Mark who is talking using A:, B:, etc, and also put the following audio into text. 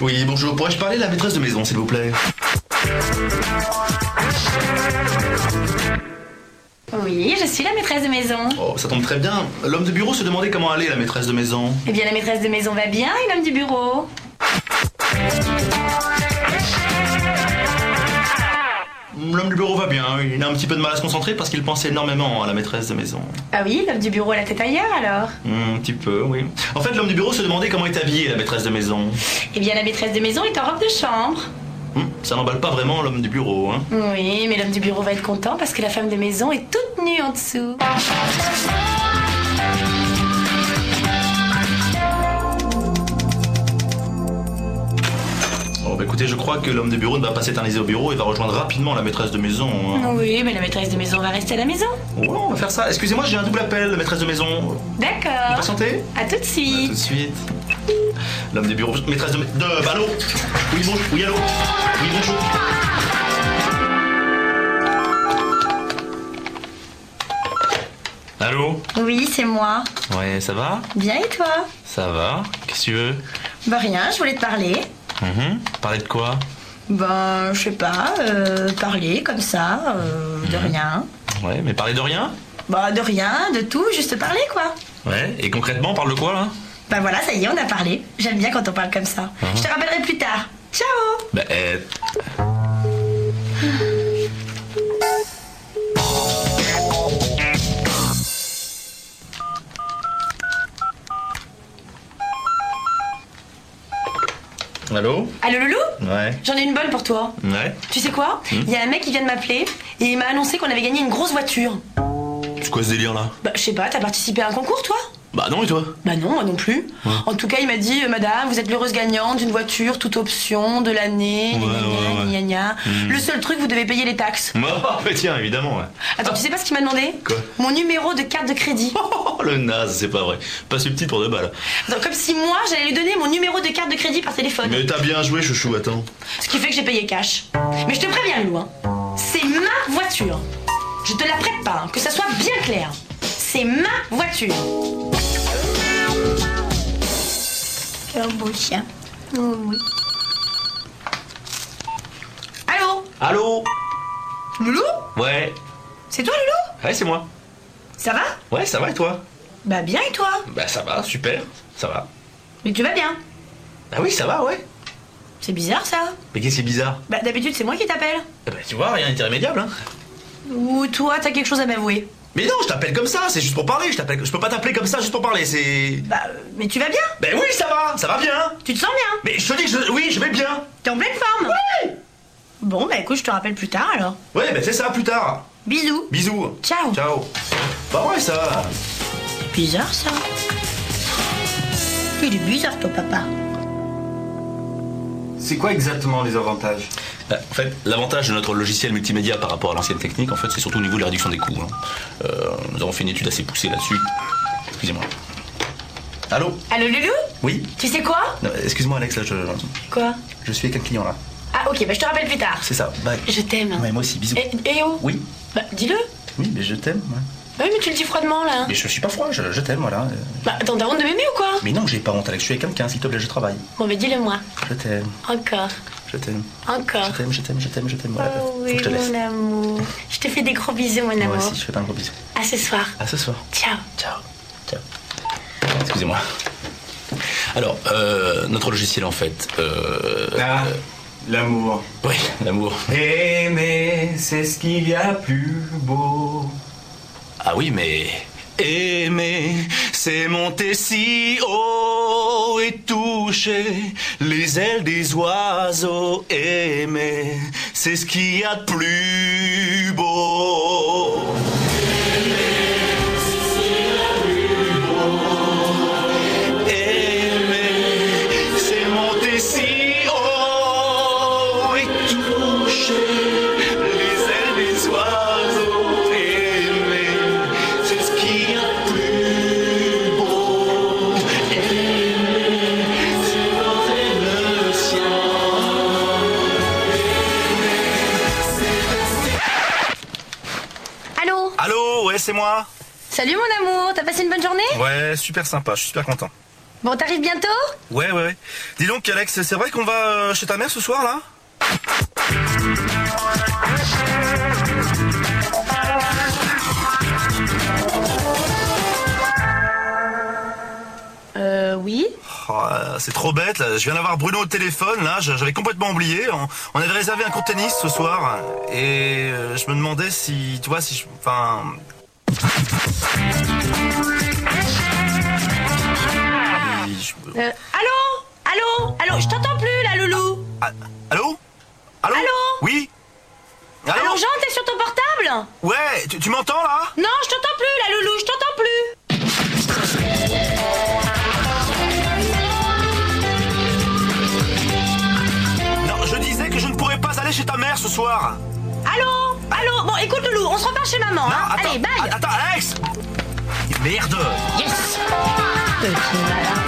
A: Oui, bonjour. Pourrais-je parler à la maîtresse de maison, s'il vous plaît
B: Oui, je suis la maîtresse de maison.
A: Oh, ça tombe très bien. L'homme de bureau se demandait comment allait la maîtresse de maison.
B: Eh bien, la maîtresse de maison va bien et l'homme du bureau.
A: L'homme du bureau va bien. Il a un petit peu de mal à se concentrer parce qu'il pense énormément à la maîtresse de maison.
B: Ah oui, l'homme du bureau a la tête ailleurs alors.
A: Hmm, un petit peu, oui. En fait, l'homme du bureau se demandait comment est habillée la maîtresse de maison.
B: Eh bien, la maîtresse de maison est en robe de chambre.
A: Hmm, ça n'emballe pas vraiment l'homme du bureau, hein.
B: Oui, mais l'homme du bureau va être content parce que la femme de maison est toute nue en dessous.
A: Oh, bah écoutez, je crois que l'homme de bureau ne va pas s'éterniser au bureau et va rejoindre rapidement la maîtresse de maison. hein.
B: Oui, mais la maîtresse de maison va rester à la maison.
A: Ouais, on va faire ça. Excusez-moi, j'ai un double appel, maîtresse de maison.
B: D'accord.
A: Patientez.
B: À tout de
A: Tout
B: suite.
A: de suite. L'homme des bureaux. Maîtresse de. de bah, allô Oui, bonjour. Oui, allô Oui, bonjour. Allô
B: Oui, c'est moi.
A: Ouais, ça va
B: Bien et toi
A: Ça va. Qu'est-ce que tu veux
B: Bah rien, je voulais te parler.
A: Mhm. Parler de quoi
B: Ben, je sais pas, euh, parler comme ça, euh, de rien.
A: Ouais, mais parler de rien
B: Bah de rien, de tout, juste parler quoi.
A: Ouais, et concrètement, on parle de quoi là
B: Bah voilà, ça y est, on a parlé. J'aime bien quand on parle comme ça.
A: Ah.
B: Je te rappellerai plus tard. Ciao
A: Bah, euh, Allô
B: Allô Loulou
A: Ouais.
B: J'en ai une bonne pour toi.
A: Ouais.
B: Tu sais quoi
A: Hmm.
B: Il y a un mec qui vient de m'appeler et il m'a annoncé qu'on avait gagné une grosse voiture.
A: C'est quoi ce délire là
B: Bah je sais pas, t'as participé à un concours toi
A: Bah non et toi
B: Bah non, moi non plus. En tout cas, il m'a dit, euh, Madame, vous êtes l'heureuse gagnante d'une voiture, toute option, de l'année,
A: Ouais,
B: gna, gna,
A: ouais, Hmm. ouais.
B: gna, gna. Le seul truc, vous devez payer les taxes.
A: Bah bah, tiens évidemment ouais.
B: Attends, tu sais pas ce qu'il m'a demandé
A: Quoi
B: Mon numéro de carte de crédit.
A: Oh le naze c'est pas vrai. Pas subtil pour deux balles.
B: Attends, comme si moi, j'allais lui donner mon numéro de carte de crédit par téléphone.
A: Mais t'as bien joué chouchou attends.
B: Ce qui fait que j'ai payé cash. Mais je te préviens, Lou, hein, c'est ma voiture. Je te la prête pas, hein, que ça soit bien clair. C'est ma voiture.
C: Quel beau chien. Oh,
B: Allô
A: Allô
B: Loulou
A: Ouais.
B: C'est toi, Loulou
A: Ouais c'est moi.
B: Ça va
A: Ouais ça va et toi
B: Bah bien, et toi
A: Bah ça va super. Ça va.
B: Mais tu vas bien.
A: Ah oui ça va ouais.
B: C'est bizarre, ça.
A: Mais qu'est-ce qui est bizarre
B: Bah d'habitude, c'est moi qui t'appelle.
A: Eh ben, tu vois, rien n'est irrémédiable. Hein.
B: Ou toi, t'as quelque chose à m'avouer.
A: Mais non, je t'appelle comme ça, c'est juste pour parler. Je, t'appelle- je peux pas t'appeler comme ça juste pour parler, c'est.
B: Bah, euh, mais tu vas bien
A: Ben oui, ça va, ça va bien. hein.
B: Tu te sens bien
A: Mais je te dis que je... oui, je vais bien.
B: T'es en pleine forme Ouais Bon, bah écoute, je te rappelle plus tard, alors.
A: Ouais, ben c'est ça, plus tard.
B: Bisous
A: Bisous.
B: Ciao.
A: Ciao. Bah ouais, ça va.
B: Bizarre, ça. Il est bizarre, ton papa.
D: C'est quoi exactement les avantages
A: Bah, En fait, l'avantage de notre logiciel multimédia par rapport à l'ancienne technique, en fait, c'est surtout au niveau de la réduction des coûts. hein. Euh, nous avons fait une étude assez poussée là-dessus. Excusez-moi. Allô
B: Allô, Loulou
A: Oui
B: Tu sais quoi
A: Non, Excuse-moi, Alex, là, je...
B: Quoi
A: je suis avec un client là.
B: Ah, ok, bah je te rappelle plus tard.
A: C'est ça, bye.
B: Je t'aime.
A: Ouais, moi aussi, bisous.
B: Eh, eh oh
A: Oui
B: Bah, dis-le.
A: Oui, mais je t'aime. ouais.
B: Bah oui, mais tu le dis froidement, là.
A: Mais je suis pas froid, je, je t'aime, voilà. Euh,
B: Bah, attends, t'as honte de m'aimer ou quoi
A: Mais non, j'ai pas honte, Alex, je suis avec quelqu'un, s'il te plaît, je travaille.
B: Bon, bah dis-le moi.
A: Je t'aime,
B: Encore,
A: je t'aime,
B: encore.
A: je t'aime, je t'aime, je t'aime, je t'aime, voilà.
B: Oh
A: Faut
B: oui,
A: que je te laisse.
B: mon amour. Je te fais des gros bisous, mon
A: Moi
B: amour.
A: aussi, je fais pas un gros bisou.
B: À ce soir.
A: À ce soir.
B: Ciao.
A: Ciao. Ciao. Excusez-moi. Alors, euh, notre logiciel en fait. Euh,
D: Ah, l'amour.
A: oui, l'amour.
D: Aimer, c'est ce qu'il y a de plus beau.
A: Ah oui, mais. Aimer, c'est monter si haut et toucher les ailes des oiseaux. Aimer, c'est ce qu'il y a de plus beau. Aimer, c'est monter si haut et toucher les ailes des oiseaux. Aimer, c'est ce qu'il y a de plus beau. Aimer, c'est voler le ciel.
B: Allô
A: Allô, ouais, c'est moi.
B: Salut, mon amour. T'as passé une bonne journée
A: Ouais, super sympa, je suis super content.
C: Bon, t'arrives bientôt
A: Ouais, ouais, ouais. Dis donc, Alex, c'est vrai qu'on va euh, chez ta mère ce soir, là
B: Euh, oui.
A: Oh, euh, C'est trop bête, là. Je viens d'avoir Bruno au téléphone, là. Je- J'avais complètement oublié. On, on avait réservé un cours de tennis ce soir. Et euh, je me demandais si, tu vois, si je... Enfin... Je-
B: Euh, allô Allô Allô Je t'entends plus, là, Loulou
A: Ah, Allô Allô
B: Allô
A: Oui Ah, Allô
B: Allô, Jean, t'es sur ton portable
A: Ouais, tu, tu m'entends là
B: Non, je t'entends plus, là, Loulou, je t'entends plus
A: Non, je disais que je ne pourrais pas aller chez ta mère ce soir.
B: Allô Allô Bon, écoute, Loulou, on se repart chez maman,
A: Non,
B: hein
A: attends.
B: Allez, bye
A: a- Attends, Alex Merde
B: Yes Petit malin.